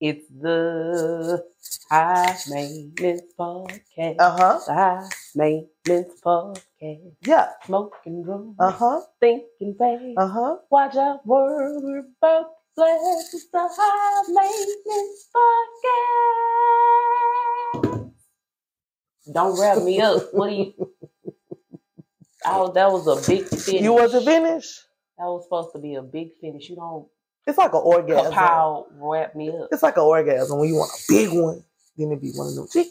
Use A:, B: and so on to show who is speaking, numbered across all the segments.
A: It's the High Maintenance Podcast.
B: Uh huh.
A: The High Maintenance Podcast.
B: Yeah.
A: Smoking room,
B: Uh huh.
A: thinking fast.
B: Uh huh.
A: Watch out, world, we're about to blast. It's the High Maintenance Podcast. Don't wrap me up, please. Oh, that was a big finish.
B: You wasn't finished.
A: That was supposed to be a big finish. You don't
B: It's like an orgasm.
A: kapow wrap me up.
B: It's like an orgasm when you want a big one. Then it be one of them cheek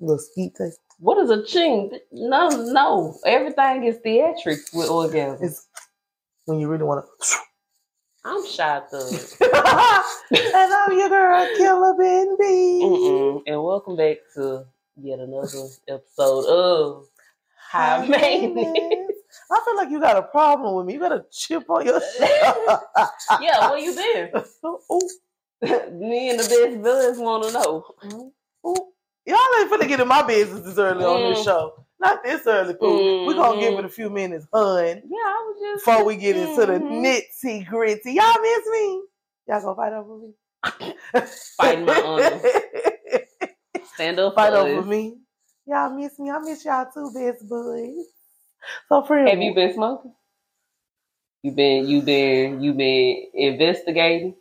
B: little skeet taste.
A: What is a ching? No, no. Everything is theatrics with orgasm.
B: It's when you really want
A: I'm shy thug.
B: to. and I'm your girl, Killer Ben B.
A: Mm-mm. And welcome back to yet another episode of High Maintenance.
B: I feel like you got a problem with me. You got a chip on your Oh, shoulder.
A: yeah, where you been?
B: Ooh,
A: me and the best villains want to know.
B: ooh. oh, Y'all ain't finna get in my business this early on this
A: Mm.
B: show. Not this early, fool. We're gonna give
A: Mhm.
B: it a few minutes, hun.
A: Yeah, I was just
B: before we get into the
A: Mhm.
B: nitsy gritty. Y'all miss me? Y'all gonna fight over me?
A: Fighting my honor. Stand up,
B: fight
A: for
B: over
A: us.
B: me. Y'all miss me? I miss y'all too, best boys. So friend,
A: Have you been smoking? You been you been you been investigating?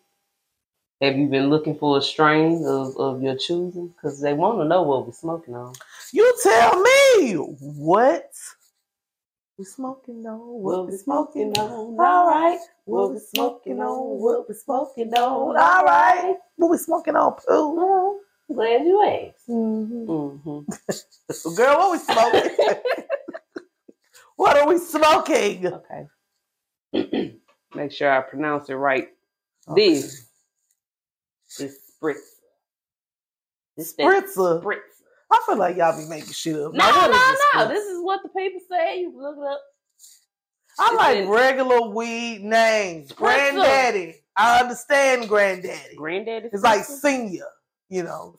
A: Have you been looking for a strain of, of your choosing? Because they want to know what we're smoking on.
B: you tell me what we smoking on? What we smoking on?
A: on?
B: All right.
A: What we smoking on? What we smoking on?
B: All right. What we smoking on, poo?
A: Well, glad you asked.
B: Mhm.
A: Mm-hmm.
B: Girl, what we smoking? what are we smoking?
A: Okay. Make sure I pronounce it right. This is spritz. This is
B: spritzer.
A: spritz.
B: I feel like y'all be making shit up.
A: No,
B: Now, what is
A: no,
B: this
A: no.
B: for?
A: This is what the people say. You look it up.
B: I
A: it's
B: like
A: in-
B: regular weed names. Granddaddy. I understand granddaddy.
A: Granddaddy.
B: It's like senior, you know.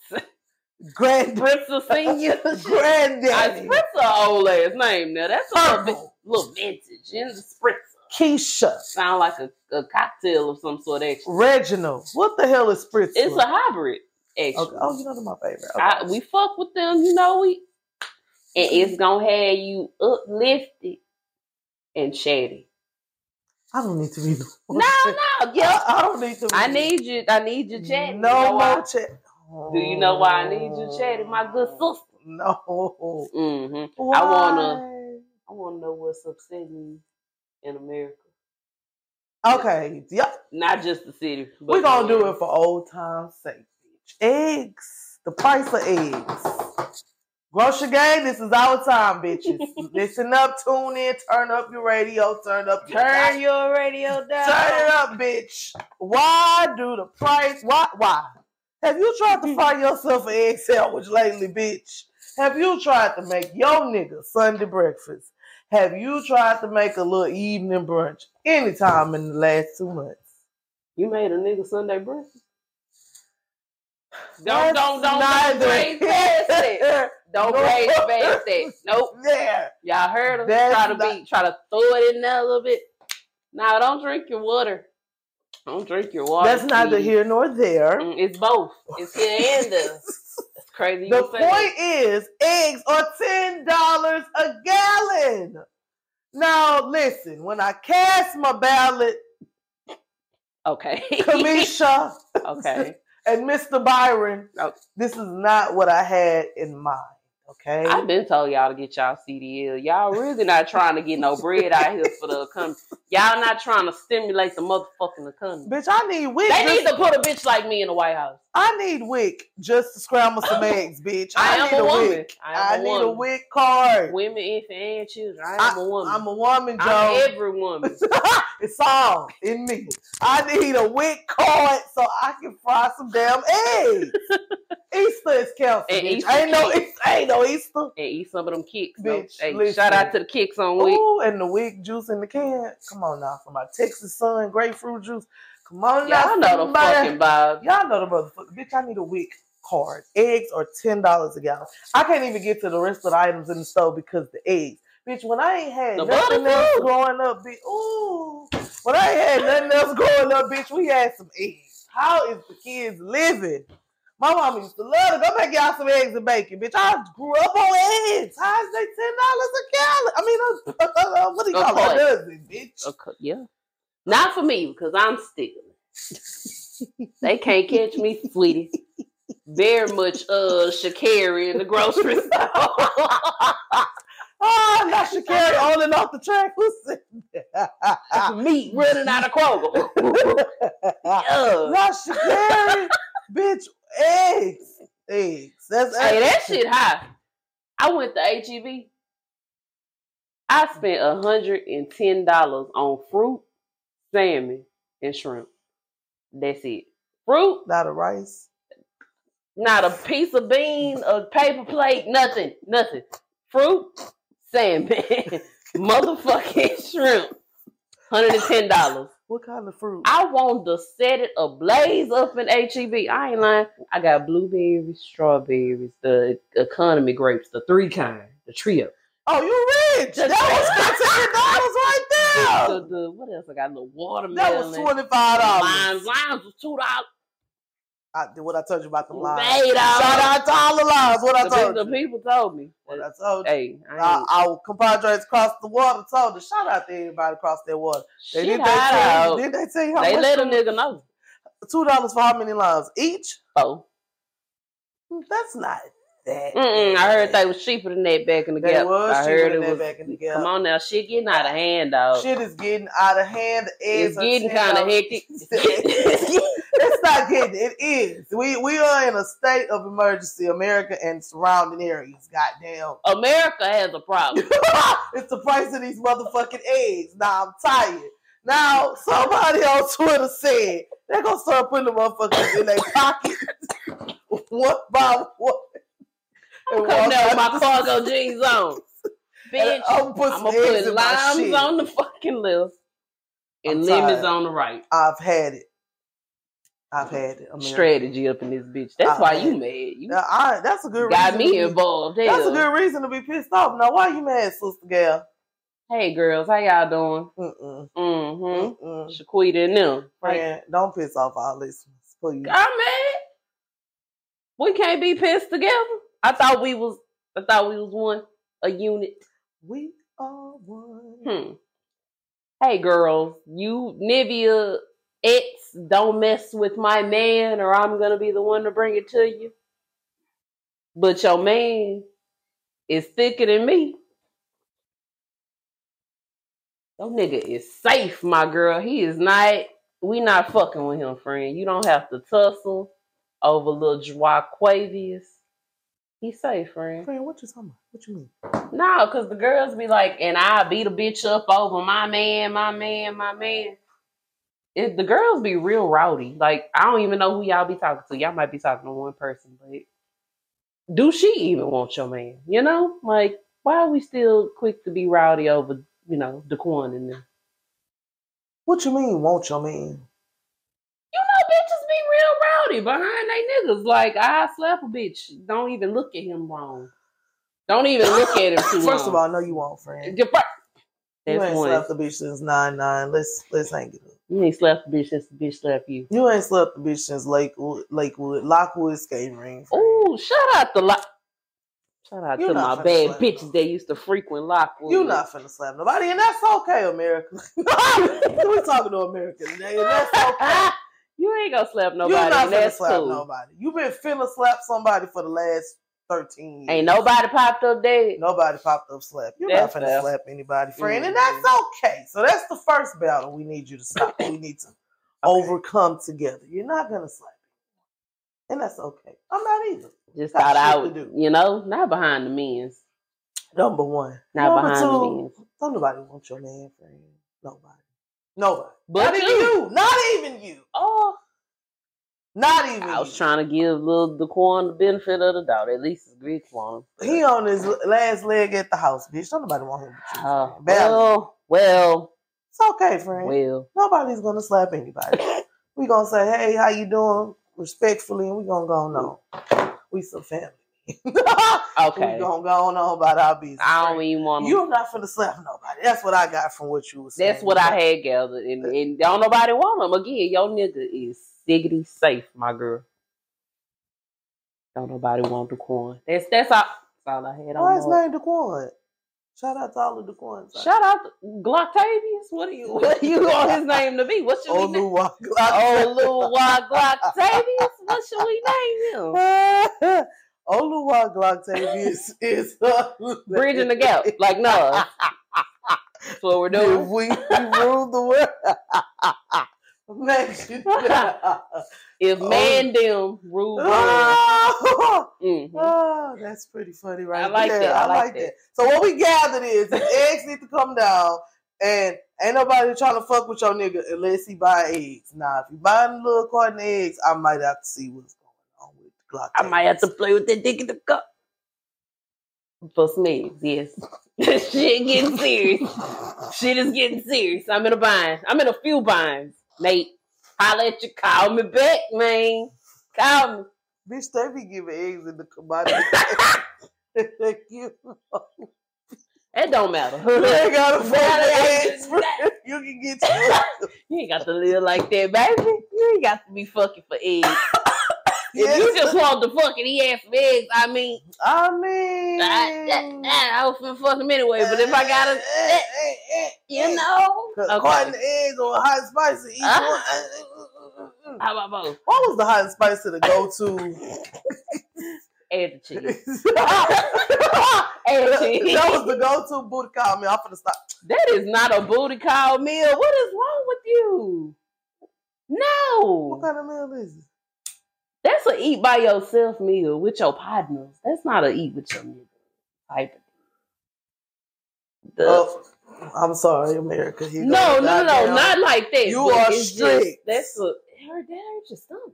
B: Grand
A: Spritzer Senior. I
B: granddaddy.
A: Spritzer a old ass name. Now that's a little, bit,
B: Purple.
A: little vintage. In the Spritzer.
B: Keisha.
A: Sound like a, a cocktail of some sort. Actually,
B: Reginald. What the hell is spritzer?
A: it's a hybrid. Actually,
B: Okay. Oh, you know they're my favorite. Okay.
A: I, we fuck with them. You know we, and it's gonna have you uplifted and chatty.
B: I don't need to be.
A: No, no, yeah.
B: I, I don't need to. Be
A: I need you. I need you chatty. You
B: No
A: know why?
B: more chat. Oh.
A: Do you know why I need you chatty, my good sister?
B: No.
A: hmm
B: Why?
A: wanna- I want to know what's upsetting you in America.
B: Okay. Yep.
A: Not just the city. But
B: We're gonna do it for old time's sake, bitch. Eggs, the price of eggs. Grocery game, this is our time, bitches. Listen up, tune in, turn up your radio, turn up your
A: Turn
B: turn,
A: your radio down.
B: turn it up, bitch. Why do the price why why? Have you tried to fry yourself an egg sandwich lately, bitch? Have you tried to make your nigga Sunday breakfast? Have you tried to make a little evening brunch anytime in the last two months?
A: You made a nigga Sunday breakfast. Don't
B: That's
A: don't don't don't
B: neither
A: raise past it.
B: here
A: Don't
B: No.
A: raise past it. Nope.
B: there.
A: Y'all heard him.
B: That's
A: try to
B: not-
A: be try to throw it in there a little bit. Now don't drink your water. Don't drink your water.
B: That's neither
A: sweetie.
B: here nor there.
A: Mm, It's both. It's here and there. It's crazy. you
B: The
A: say that.
B: point is, eggs are ten dollars a gallon. Now listen, when I cast my ballot,
A: Okay.
B: Kamisha
A: okay.
B: and Mr. Byron,
A: Oh.
B: this is not what I had in mind. Okay.
A: I've been told y'all to get y'all CDL. Y'all really not trying to get no bread out here for the economy. Y'all not trying to stimulate the motherfucking economy.
B: Bitch, I need wick.
A: They
B: just-
A: need to put a bitch like me in the White House.
B: I need wick just to scramble some eggs, bitch.
A: I,
B: I,
A: am
B: need
A: a
B: a
A: woman.
B: wick.
A: I
B: I,
A: am a
B: need
A: woman.
B: a wick card.
A: Women, infant, and children. I am
B: I-
A: a woman.
B: I'm a woman, Joe.
A: I'm every woman.
B: it's all in me. I need a wick card so I can fry some damn eggs. Easter is canceled.
A: And
B: bitch.
A: Easter
B: ain't no
A: cake.
B: Easter. Ain't no Easter.
A: and eat some of them kicks. though.
B: Bitch,
A: Hey,
B: listen.
A: shout out to the kicks on week.
B: Ooh, and the wick juice in the can. Come on now, for my Texas Sun grapefruit juice. Come on now,
A: Y'all know the
B: somebody.
A: fucking vibe.
B: uh, Y'all know the motherfucker. Bitch, I need a wick card. Eggs are ten dollars a gallon. I can't even get to the rest of the items in the store because the eggs. Bitch, when I ain't had
A: The
B: nothing
A: butter
B: else
A: too.
B: growing up, bitch. Ooh, when I ain't had nothing else growing up, bitch, we had some eggs. How is the kids living? My mama used to love to go make y'all some eggs and bacon, bitch. I grew up on eggs. How is they ten dollars a gallon? I mean, uh, what do you
A: A
B: call it?
A: coin.
B: A dozen, bitch.
A: Okay, yeah. Not for me because I'm stealing. they can't catch me, sweetie. Very much uh Shakari in the grocery
B: Ah.
A: store.
B: Oh, I'm not Shakari on and off the track. Listen.
A: me running out of Kroger. Yeah.
B: Not Shakari, bitch. Eggs. Eggs. That's
A: hey, that shit high. I went to HEB. I spent hundred and ten dollars on fruit, salmon, and shrimp. That's it. Fruit,
B: Not a rice.
A: Not a piece of bean, a paper plate, nothing, nothing. Fruit, salmon, motherfucking shrimp, hundred and ten dollars.
B: What kind of fruit?
A: I want to set it ablaze up in HEB. I ain't lying. I got blueberries, strawberries, the economy grapes, the three kind, the trio.
B: Oh, you rich. That was fifteen dollars right there.
A: The, the, what else I got? The
B: Oh! That
A: watermelon.
B: was twenty five
A: Limes,
B: dollars.
A: limes was two dollars.
B: I did what I told you about the lies.
A: Eight
B: Shout
A: dollars.
B: out to all the lies. What I
A: The,
B: told
A: the
B: you.
A: people told me.
B: What I told you.
A: Hey, I ain't,
B: Our, our compadres across the water told us. Shout out to anybody across that water. They
A: shit
B: did they
A: hide
B: tell
A: out.
B: you, did they tell you how
A: They
B: much?
A: let a nigga know.
B: Two dollars for how many limes each? Mm,
A: Oh,
B: That's not that.
A: Mm-mm, I heard
B: bad.
A: they was cheaper than that back in the
B: They
A: gap.
B: was
A: I
B: cheaper
A: heard
B: than
A: it
B: that
A: was.
B: back in the gap.
A: Come on now, shit getting out of hand, dog.
B: Shit is getting out of hand. The
A: it's
B: eggs are
A: getting kind of
B: $10.
A: hectic.
B: it's not getting. It is. We we are in a state of emergency, America and surrounding areas. Goddamn.
A: America has a problem.
B: it's the price of these motherfucking eggs. Now I'm tired. Now somebody on Twitter said they're gonna start putting the motherfuckers in their pocket one by one.
A: I'm
B: And
A: coming
B: walk
A: out with
B: out
A: my
B: the-
A: cargo jeans on, bitch.
B: and I'm gonna
A: I'm
B: put some
A: gonna
B: eggs
A: put
B: in my
A: limes
B: shit.
A: on the fucking left and
B: I'm
A: lemons
B: tired.
A: on the right.
B: I've had it. I've had it. America.
A: Strategy up in this bitch. That's
B: Uh,
A: why you mad. You
B: Now, I, that's a good
A: got
B: reason
A: me
B: to be-
A: involved.
B: That's a
A: Hell.
B: good reason to be pissed off. Now why you mad, sister gal?
A: Hey girls, how y'all doing?
B: Mm-mm.
A: Mm-hmm.
B: Mm-mm.
A: Shaquita and them. Like,
B: Friend, don't piss off our listeners, please.
A: I'm mad. We can't be pissed together. I thought we was. I thought we was one a unit.
B: We are one.
A: Hmm. Hey girls, you Nivea ex, don't mess with my man, or I'm gonna be the one to bring it to you. But your man is thicker than me. That nigga is safe, my girl. He is not. We not fucking with him, friend. You don't have to tussle over little Jwaquavius. He's safe, friend.
B: Friend, what you talking about? What you mean?
A: No, because the girls be like, and I beat a bitch up over my man, my man, my man. It, the girls be real rowdy. Like, I don't even know who y'all be talking to. Y'all might be talking to one person, but do she even want your man? You know? Like, why are we still quick to be rowdy over, you know, Daquan and them?
B: What you mean? Won't your man?
A: You know, bitches be real rowdy behind they niggas. Like, I slap a bitch. Don't even look at him wrong. Don't even look at him too
B: First
A: long.
B: of all, no, you won't, friend.
A: Your fir-
B: you
A: That's
B: ain't
A: one.
B: slept the bitch since nine nine. Let's let's hang it up.
A: You ain't slapped the bitch since the bitch slapped you.
B: You ain't slept the bitch since Lakewood, Lakewood, Lockwood skating ring. friend.
A: Ooh, shout out to Lock. Shout out
B: You
A: to
B: not
A: my
B: finna
A: bad
B: slap
A: bitches
B: no-
A: that used to frequent Lockwood.
B: You not finna slap nobody, and that's okay, America. we talking to America today, and that's okay.
A: you ain't gonna slap nobody.
B: you not
A: and
B: finna
A: that's
B: slap
A: cool.
B: nobody. You been finna slap somebody for the last thirteen years.
A: Ain't nobody popped up dead.
B: Nobody popped up slap. You're
A: That's
B: not finna
A: fair.
B: slap anybody, friend, and
A: Mhm.
B: that's okay. So that's the first battle we need you to stop. we need to overcome together. You're not gonna slap, and that's okay. I'm not either.
A: Just
B: got
A: thought I
B: shit
A: would,
B: to do.
A: you know, not behind the men's,
B: Number one,
A: not
B: Number
A: behind
B: two,
A: the men's.
B: Don't nobody want your man, friend. Nobody. Nobody.
A: But
B: not even
A: you.
B: you. Not even you.
A: Oh,
B: Not even.
A: I was
B: you.
A: trying to give little Daquan the benefit of the doubt. At least it's Greek one.
B: He on his last leg at the house, bitch. Don't nobody want him. But you,
A: Uh,
B: friend. Valid.
A: well, well,
B: it's okay, friend.
A: well.
B: Nobody's gonna slap anybody. we gonna say, hey, how you doing? Respectfully, and we gonna go on. We some family. we gonna
A: Okay,
B: go on about our business.
A: I don't even want to.
B: You're not finna slap nobody. That's what I got from what you was saying.
A: That's what I had gathered, and, and don't nobody want him again. Your nigga is diggity safe, my girl. Don't nobody want the corn. That's that's all, that's all I had
B: Why is
A: on. that.
B: name Daquan? Shout out to all of Daquan's.
A: Shout out to Glocktavius. What do you what do you want his name to be? What should we name?
B: Oluwa.
A: Oh, little Glocktavius. What should we name him? Oh.
B: Oluwa Gloctavius is
A: Bridging the gap, like no. That's what we're
B: If
A: doing.
B: we, we rule the world. Imagine that.
A: If man them rule, the world.
B: Oh,
A: Mhm.
B: oh, that's pretty funny, right?
A: like
B: there.
A: that, I
B: I
A: like
B: like that. So what we gathered is the eggs need to come down, and ain't nobody trying to fuck with your nigga unless he buy eggs. Now, if you buying little carton eggs, I might have to see what's going on with the Glock.
A: I might have to play with that dick in the cup. For Smegs, yes. This shit getting serious. shit is getting serious. I'm in a bind. I'm in a few binds. Nate, holla at you. Call me back, man. Call me.
B: Bitch, they be giving eggs in the commodity. Thank you.
A: It don't matter.
B: You ain't gotta fuck
A: Gotta-
B: eggs. You can get you.
A: you ain't got to live like that, baby. You ain't got to be fucking for eggs. If you just want to fucking eat ass for eggs, I mean,
B: I
A: Mm. I,
B: mean, Eh,
A: I, I was finna fuck him anyway. But if I gotta, you know,
B: Okay. Carton eggs or hot and spicy. Each
A: Ah.
B: one.
A: How about both?
B: What was the hot and spicy to go to?
A: Add the cheese.
B: that
A: Add cheese.
B: was the go to booty call me. I'm finna stop.
A: That is not a booty call meal. What is wrong with you?
B: What
A: No.
B: kind of meal is it?
A: That's a eat by yourself meal with your partners. That's not a eat with your nigga type of thing. The-
B: Oh, I'm sorry, America. Here goes
A: Uh, no, no, no,
B: goddamn-
A: no, not like that.
B: You
A: but
B: are
A: it's
B: strict.
A: Just, that's a her that hurt your stomach.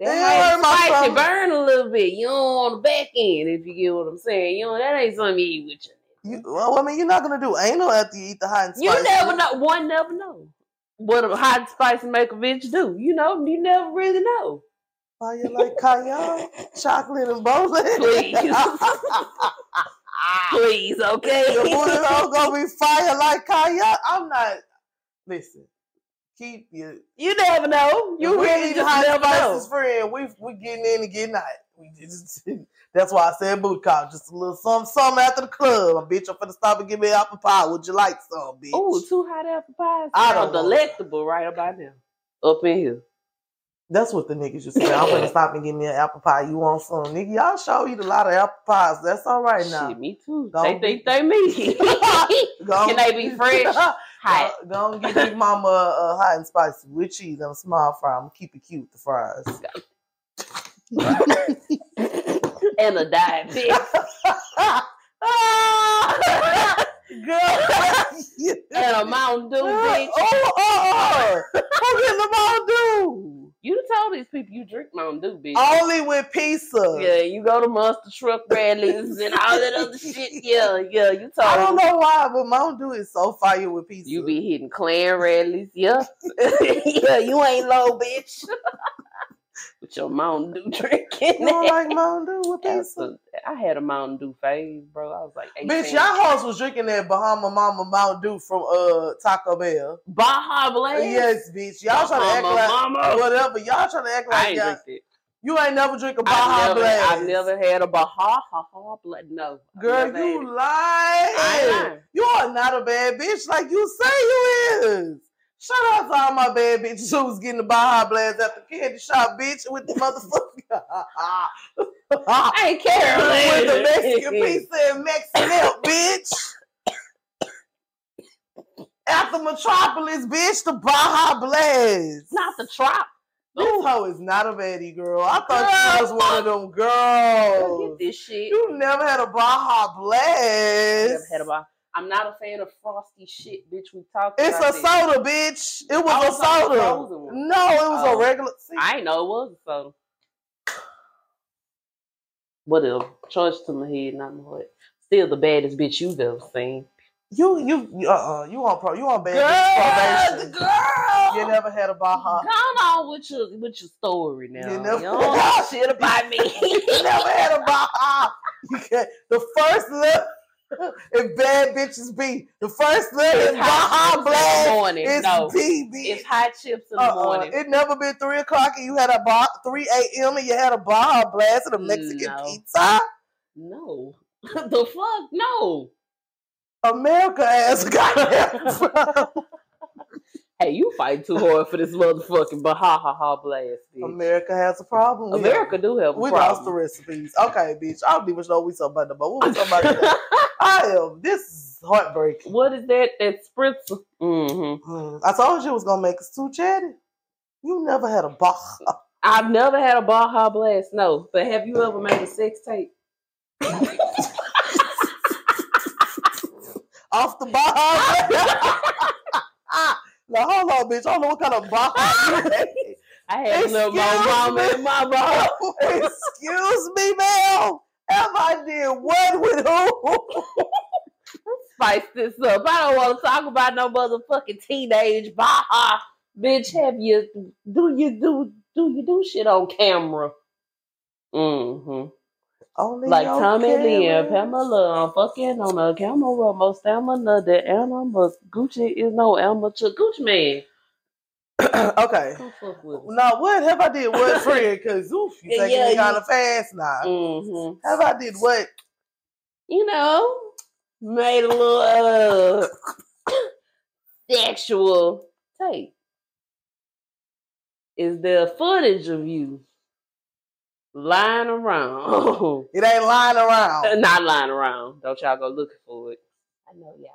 A: That
B: It
A: might
B: hurt my
A: spice and
B: stomach.
A: burn a little bit. You don't on the back end, if you get what I'm saying. You know that ain't something you eat with your nigga.
B: You, well, I mean, you're not gonna do anal after you eat the hot and spicy.
A: You never know. One never know what a hot spice and make a bitch do. You know, you never really know.
B: Why you like cayenne, chocolate, and bowling?
A: Please.
B: Ah.
A: Please, okay.
B: Your booty all gonna be fire like cayenne. I'm not. Listen, keep your.
A: you never know. You
B: we
A: really
B: need
A: just never
B: spices,
A: know.
B: friend. We we getting in and getting out. We just, that's why I said boot call. Just a little something, something after the club. Bitch, I'm finna stop and give me apple pie. Would you like some, bitch?
A: Ooh, two hot apple pies.
B: I
A: I
B: don't know.
A: delectable right about now. Up in here.
B: That's what the niggas used to say. I'm gonna stop and give me an apple pie. You want some, nigga? Y'all show eat a lot of apple pies. That's all right now.
A: Shit, me too.
B: Go
A: they
B: on.
A: think they me.
B: Go
A: Can they be fresh? Hot.
B: Go and get your mama uh, hot and spicy with cheese and a small fry. I'm gonna keep it cute. The fries.
A: and a diet bitch.
B: Girl,
A: and a Mountain Dew
B: oh,
A: bitch.
B: oh, oh, oh. I'm getting them all due.
A: You told these people you drink Mountain Dew, bitch.
B: Only with pizza.
A: Yeah, you go to monster truck rallies and all that other shit. Yeah, yeah, you told
B: I don't
A: me.
B: know why, but Mountain Dew is so fire with pizza.
A: You be hitting clan rallies, yeah. yeah, you ain't low, bitch. With your Mountain Dew drinking.
B: You don't like Mountain Dew with pizza?
A: I had a Mountain Dew phase, bro. I was like, 18.
B: Bitch, y'all hoes was drinking that Bahama Mama Mountain Dew from uh Taco Bell.
A: Baja Blast.
B: Yes, bitch. Y'all trying to act
A: Mama,
B: like
A: mama.
B: whatever. Y'all trying to act
A: I
B: like
A: ain't
B: y'all,
A: drink it.
B: you ain't never drink a
A: I
B: Baja
A: never,
B: Blast.
A: I never had a Baja Baja Blast. No, I
B: Girl,
A: never had it.
B: you
A: I ain't
B: lie.
A: lying.
B: You are not a bad bitch like you say you is. Shout out to all my bad bitches who was getting the Baja Blast at the candy shop, bitch, with the motherfucker.
A: I ain't care.
B: with the Mexican pizza and Mexican milk, bitch. After Metropolis, bitch, the Baja Blast.
A: Not the trap.
B: This hoe is not a baddie, girl. I thought
A: Girl,
B: she was one of them
A: Look
B: girls.
A: at this shit.
B: You never had a Baja Blast.
A: Never had a bar. I'm not a fan of frosty shit, bitch. We talked
B: It's
A: about
B: a
A: this.
B: soda, bitch. It
A: Oh,
B: was
A: it's
B: a
A: not a
B: soda.
A: frozen one.
B: No, it was
A: Oh.
B: a regular. See,
A: I ain't know it was a soda. Whatever. Charge to my head, not my heart. Still the baddest bitch you've ever seen.
B: you, you, uh, uh you on pro, you on bad
A: Girl,
B: bitch probation.
A: girl.
B: You never had a Baja.
A: Come on with your with your story now.
B: You
A: You,
B: never-
A: don't know shit about me.
B: You never had a Baja. You can't- the first love, if bad bitches be the first thing is
A: It's
B: Baja
A: hot chips in the
B: Blast.
A: morning.
B: It's
A: no,
B: BB.
A: it's hot chips in the
B: Uh-uh.
A: morning.
B: It never been three o'clock and you had a bar, three a.m. and you had a bar blast and a Mexican
A: No.
B: pizza.
A: no, the fuck, no.
B: America ass got that.
A: Hey, you fight too hard for this motherfucking baha ha ha blast, bitch.
B: America has a problem. with it.
A: America do have a
B: We lost the
A: problem.
B: recipes. Okay, bitch. I don't even know we talking about no more. What we talking about? today? I am. This is heartbreaking.
A: what is that? That spritzer. Mm-hmm.
B: Mm, I told you it was gonna make us too chatty. You never had a bar.
A: I've never had a baha blast. No, but have you ever made a sex tape?
B: off the bar. now hold on, bitch. I don't know what kind of bar. you had.
A: I had a little
B: Excuse
A: mama
B: me.
A: and mama.
B: Excuse me, ma'am. Have I did what with who?
A: spice this up. I don't want to talk about no motherfucking teenage baha. Bitch, have you do you do do you do shit on camera? hmm
B: Only
A: Like
B: your
A: Tom and Lynn,
B: parents.
A: Pamela, I'm fucking on a camera, most stamina, the animal, Gucci is no amateur. Gucci man.
B: okay.
A: Don't fuck with me.
B: Now what have I did what friend? Cause oof, you
A: Yeah,
B: taking
A: yeah,
B: me kind
A: you-
B: of fast now.
A: hmm
B: Have I did what?
A: You know, made a little uh, sexual tape. Is there footage of you lying around?
B: It ain't lying around.
A: Not lying around. Don't y'all go looking for it. I know y'all.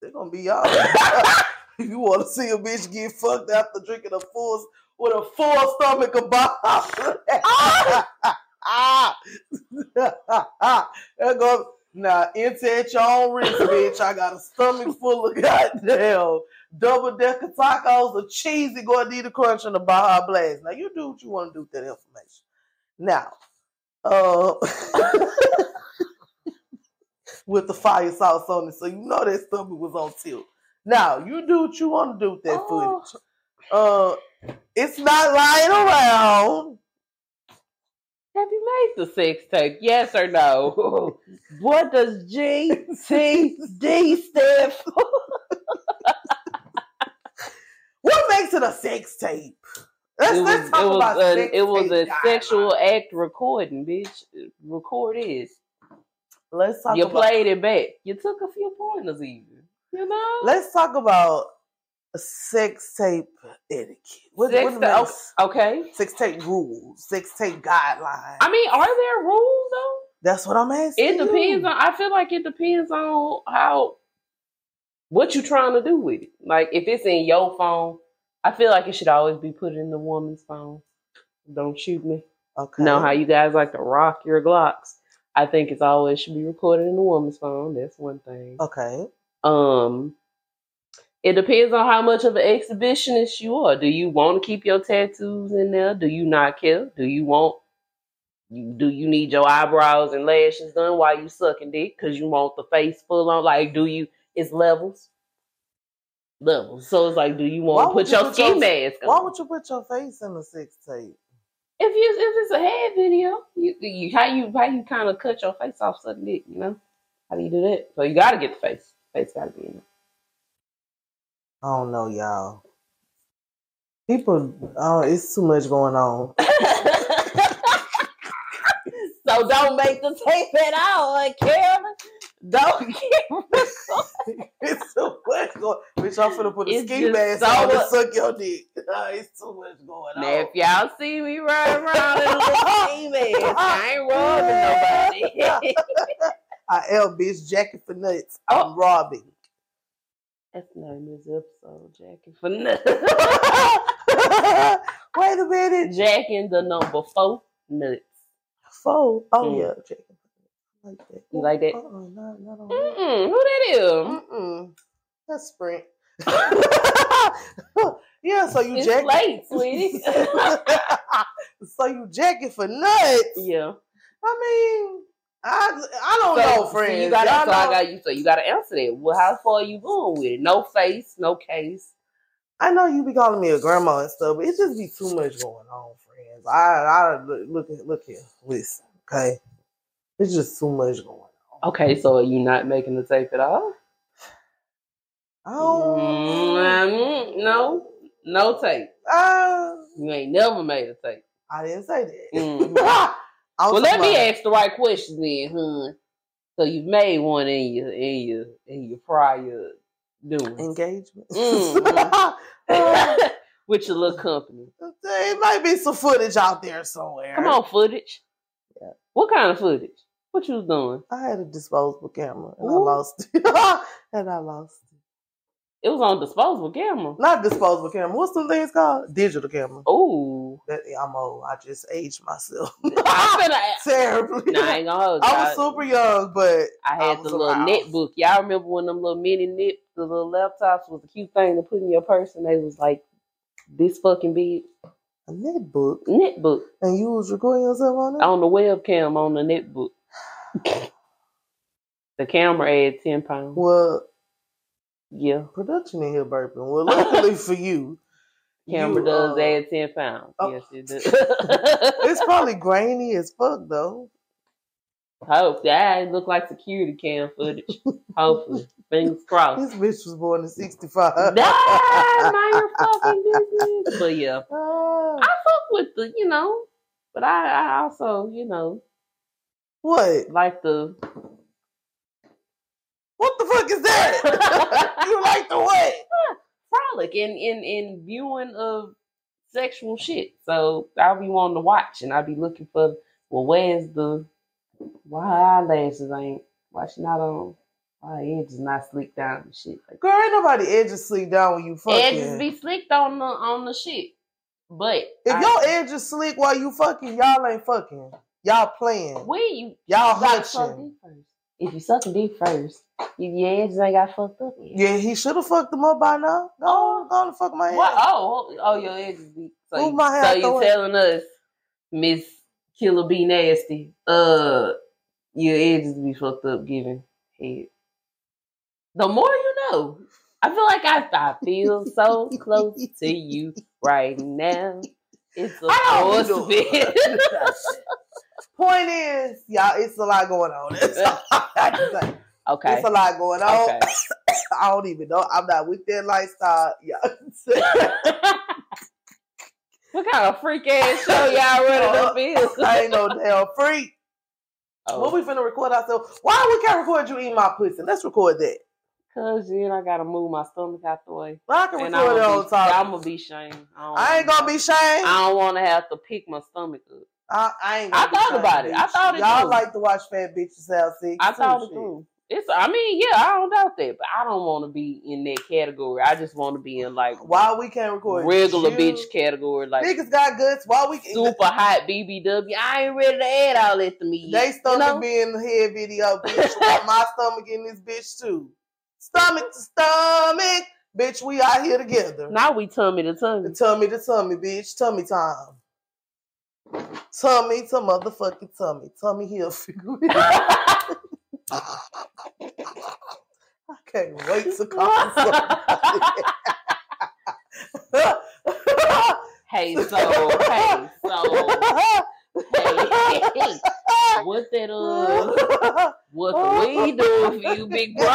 B: They're gonna be y'all. if you wanna see a bitch get fucked after drinking a full with a full stomach of ah, there go now enter at your own risk, bitch. I got a stomach full of goddamn double decker tacos, a cheesy gordita crunch, and a Baja Blast. Now you do what you want to do with that information. Now, uh, with the fire sauce on it, so you know that stomach was on tilt. Now you do what you want to do with that footage
A: Oh,
B: uh it's not lying around.
A: have you made the sex tape? Yes or no? what does GTD stand for?
B: What makes it a sex tape? Let's,
A: it was,
B: let's talk
A: it was
B: about
A: a,
B: sex
A: it was
B: tape
A: a
B: guidelines.
A: sexual act recording, bitch. Record is.
B: Let's talk
A: you
B: about
A: played it back. You took a few pointers even. You know?
B: let's talk about sex tape etiquette. What,
A: Sex oh. tape-
B: what makes-
A: okay.
B: sex tape rules, sex tape guidelines.
A: I mean, are there rules though?
B: That's what I'm asking.
A: It depends
B: you.
A: on I feel like it depends on how what you trying to do with it. Like if it's in your phone, I feel like it should always be put in the woman's phone. Don't shoot me.
B: Okay.
A: know how you guys like to rock your Glocks. I think it's always should be recorded in the woman's phone. That's one thing.
B: Okay.
A: Um, it depends on how much of an exhibitionist you are. Do you want to keep your tattoos in there? Do you not care? Do you want? You, do you need your eyebrows and lashes done while you sucking dick? Cause you want the face full on. Like, do you? It's levels. Levels. So it's like, do you
B: Why
A: want to
B: would
A: put
B: you
A: your
B: put
A: ski
B: your-
A: mask?
B: Why
A: on?
B: would you put your face in a sex tape?
A: if you if it's a head video, you, you how you how you kind of cut your face off sudden dick, you know? How do you do that? So you gotta get the face. Face gotta be in
B: I don't know, y'all. People, oh, it's too much going on.
A: there. so don't make the tape at all, like Carolyn. Don't get
B: It's too much going. Bitch, I'm finna put a
A: It's
B: ski
A: just
B: mask
A: so
B: on to
A: much-
B: suck your dick. Nah, it's too much going
A: Now if
B: on.
A: y'all see me running around in a little female, I ain't robbing nobody.
B: I am bitch Jackie for nuts. I'm
A: Oh.
B: robbing.
A: That's not in this episode, Jackie. For nothing.
B: Wait a minute.
A: Jackie and the number four nuts.
B: Four. Oh
A: Mm.
B: yeah, Jackie. I Like that.
A: You like that?
B: Uh-uh, not, not on that.
A: Mm-mm, who that is?
B: Mm-mm. That's Sprint. yeah, so you
A: It's
B: Jackie.
A: late, sweetie.
B: so you Jackie for nuts.
A: yeah.
B: I mean, I I
A: Oh,
B: don't know, friends.
A: So you gotta,
B: Y'all
A: so I
B: know-
A: got you. So you gotta answer that. Well, how far you going with it? No face, no case.
B: I know you be calling me a grandma and stuff, but it just be too much going on, friends. I I look look, look here, listen, okay. It's just too much going on.
A: Okay, so are you not making the tape at all?
B: Oh,
A: Mm, no, no tape.
B: uh,
A: You ain't never made a tape.
B: I didn't say that.
A: Mm.
B: I was
A: well, let
B: talking
A: me
B: about-
A: ask the right question then, huh? So you've made one in your in your in your prior doing
B: engagement. Uh,
A: Mm. with your little company.
B: there might be some footage out there somewhere.
A: Come on, footage. What kind of footage? What you was doing?
B: I had a disposable camera and I
A: Ooh.
B: lost it. and I lost
A: It
B: it.
A: was on disposable camera.
B: Not disposable camera. What's them things called? Digital
A: Oh.
B: camera.
A: Ooh.
B: That, I'm old. I just aged myself
A: I'm finna-
B: terribly.
A: Nah, I ain't gonna hold you.
B: I was super young, but
A: I
B: I
A: had
B: was
A: the little
B: aroused.
A: netbook. Y'all remember when them little mini nip, the little laptops was a cute thing to put in your purse, and they was like this fucking big
B: a netbook.
A: netbook
B: And you was recording yourself on it?
A: on the webcam on the netbook. the camera had ten pounds.
B: Well,
A: Yeah,
B: production in here burping. Well, luckily for you,
A: camera
B: you,
A: does
B: uh,
A: add ten pounds.
B: oh.
A: Yes, it does.
B: It's probably grainy as fuck though.
A: Hope that look like security cam footage. Hopefully, fingers crossed.
B: This bitch was born in '65.
A: Uh.
B: uh,
A: Nah, mind your fucking business. But yeah, I
B: Ah,
A: fuck with the, you know, but I, I also, you know,
B: what?
A: like the.
B: What the fuck is that? you like the what?
A: frolic in in in viewing of sexual shit. So I'll be wanting to watch, and I'll be looking for well, where's the why her eyelashes ain't why she not on why her edges not slicked down and shit. Like,
B: Girl, ain't nobody edges sleep down when you fucking.
A: edges be slicked on the on the shit, but
B: if
A: I-
B: your edges sleep while you fucking, y'all ain't fucking. Y'all playing.
A: when you
B: Y'all
A: you gotta suck
B: hunching.
A: dick first. If you suck a dick first, you, your edges ain't got fucked up yet.
B: Yeah, he should have fucked them up by now. Go on, go on and fuck my head.
A: Oh. What? Oh, oh, your edges be. So, you,
B: Move my
A: so
B: hand,
A: you
B: throw it.
A: telling us, Miss Killer B Nasty, uh, your edges be fucked up giving head. The more you know. I feel like I, I feel so close to you right now. It's a
B: I
A: force
B: don't be doing
A: field.
B: that. Point is, y'all, it's a lot going on. That's all I have to say.
A: okay.
B: It's a lot going on.
A: Okay.
B: I don't even know. I'm not with that lifestyle. Y'all.
A: what kind of freak ass show y'all running up is?
B: I ain't no damn freak. What
A: Oh,
B: we finna record ourselves? Why we can't record you eating my pussy? Let's record that.
A: Oh, Cause then I gotta move my stomach out the way.
B: I can
A: And
B: record it
A: I'm
B: on
A: gonna
B: time.
A: be, I'ma be shamed. don't
B: I ain't gonna be shamed.
A: I don't want to have to pick my stomach up.
B: I, I ain't.
A: I
B: Gonna be
A: thought
B: shamed,
A: about it. I
B: bitch.
A: thought it
B: Y'all
A: too.
B: like to watch fat bitches have sex.
A: I
B: too,
A: thought it
B: shit.
A: through. It's. I mean, yeah, I don't doubt that, but I don't want to be in that category. I just want to be in like
B: Why we can't record
A: regular
B: you?
A: bitch category, like
B: Niggas got guts. Why we
A: super hot BBW. I ain't ready to add all that to me.
B: They
A: yet,
B: stomach
A: you know?
B: be in the head video, bitch. Got my stomach in this bitch too. Stomach to stomach, bitch. We out here together.
A: Now we tummy to tummy.
B: Tummy to tummy, bitch. Tummy time. Tummy to motherfucking tummy. Tummy here. figure it out. I can't wait to call somebody.
A: hey, so hey, so hey, what that uh, what the weed doing for you, big bro?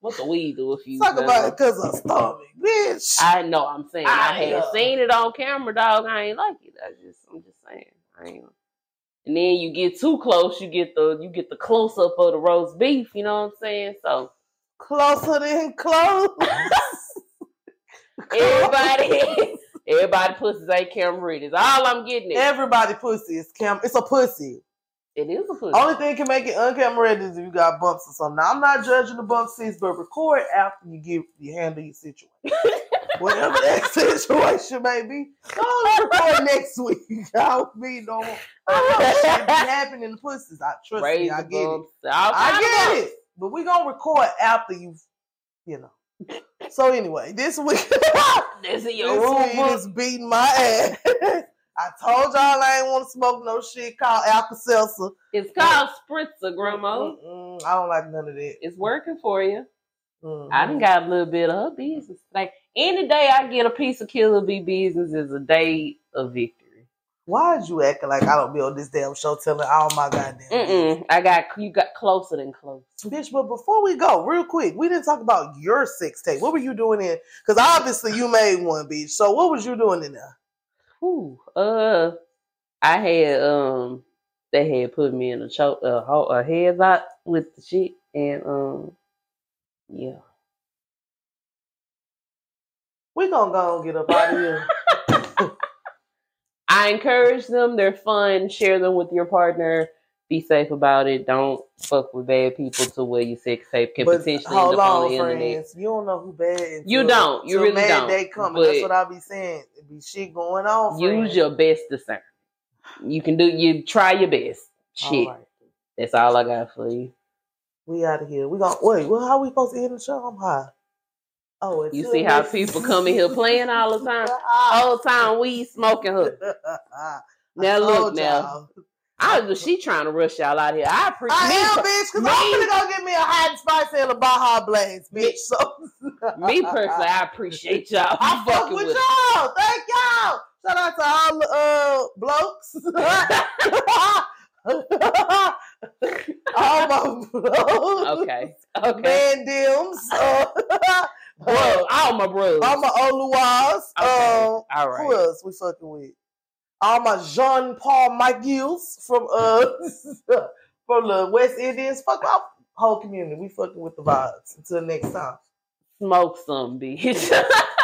A: what the weed do if you
B: Talk
A: cuz?
B: about it because of stomach, bitch.
A: I know I'm saying I,
B: I
A: had
B: know.
A: seen it on camera, dog. I ain't like it. I just I'm just saying. I ain't and then you get too close, you get the you get the close up of the roast beef, you know what I'm saying? So
B: Closer than close.
A: everybody everybody pussies ain't camera ready. That's all I'm getting at.
B: Everybody pussy is cam. It's a pussy.
A: It is a pussy.
B: Only thing can make it uncamera ready is if you got bumps or something. Now, I'm not judging the bump sis, but record after you give you handle your situation. Whatever that situation may be, don't record next week. I don't mean no more. I know shit be happening to pussies. I trust me,
A: Raise
B: I
A: the
B: get it.
A: bumps, all
B: I
A: kind of
B: get
A: bumps.
B: it. But we gonna record after you, you know. So anyway, this week
A: This is your rule
B: this weed
A: book.
B: is beating my ass. I told y'all I ain't want to smoke no shit called Alka Seltzer.
A: It's called spritzer,
B: Mm-hmm.
A: grandma.
B: Mm-mm, I don't like none of that.
A: It's working for you.
B: Mm-mm.
A: I done got a little bit of her business. Like any day I get a piece of Killer B business is a day of victory.
B: Why'd you acting like I don't be on this damn show telling all my goddamn
A: Mm-mm. I got you got closer than close.
B: Bitch, but before we go, real quick, we didn't talk about your sex tape. What were you doing in? Because obviously you made one, bitch. So what was you doing in there?
A: Ooh, uh, I had um, they had put me in a choke, a, ho- a headlock with the shit, and um, yeah.
B: We gonna go and get up out of here.
A: I encourage them. They're fun. Share them with your partner. Be safe about it. Don't fuck with bad people to where your sex tape can
B: but
A: potentially end
B: hold
A: up on,
B: on,
A: the internet.
B: friends. You don't know who bad. Until,
A: You don't. You
B: till
A: really
B: mad
A: don't.
B: Day coming.
A: But-
B: That's what I be saying. It be shit going on.
A: Use
B: friends.
A: your best discernment. You can do. You try your best.
B: All
A: Shit.
B: right.
A: That's all I got for you.
B: We out of here. We gonna wait. Well, how we supposed to end the show? I'm high. Oh,
A: You
B: until
A: see how
B: next-
A: people come in here playing all the time? Whole time we smoking her. Now
B: I
A: look
B: told
A: now.
B: y'all.
A: I was she trying to rush y'all out here. I appreciate
B: I am, bitch, because I'm
A: me-
B: gonna go get me a hot and spicy and a Baja Blaze, bitch. So
A: me, me personally, I appreciate y'all.
B: I
A: You
B: fuck with y'all. Thank y'all. Shout out to all the uh, blokes. uh, all my blokes.
A: Okay. Okay.
B: Man dims. Uh,
A: Bro, all my bros.
B: all my Oluwas.
A: Okay,
B: Uh,
A: all
B: Who
A: right.
B: else we fucking with? All my Jean Paul Michaels from uh from the West Indians. Fuck our whole community. We fucking with the vibes. Until next time.
A: Smoke some, bitch.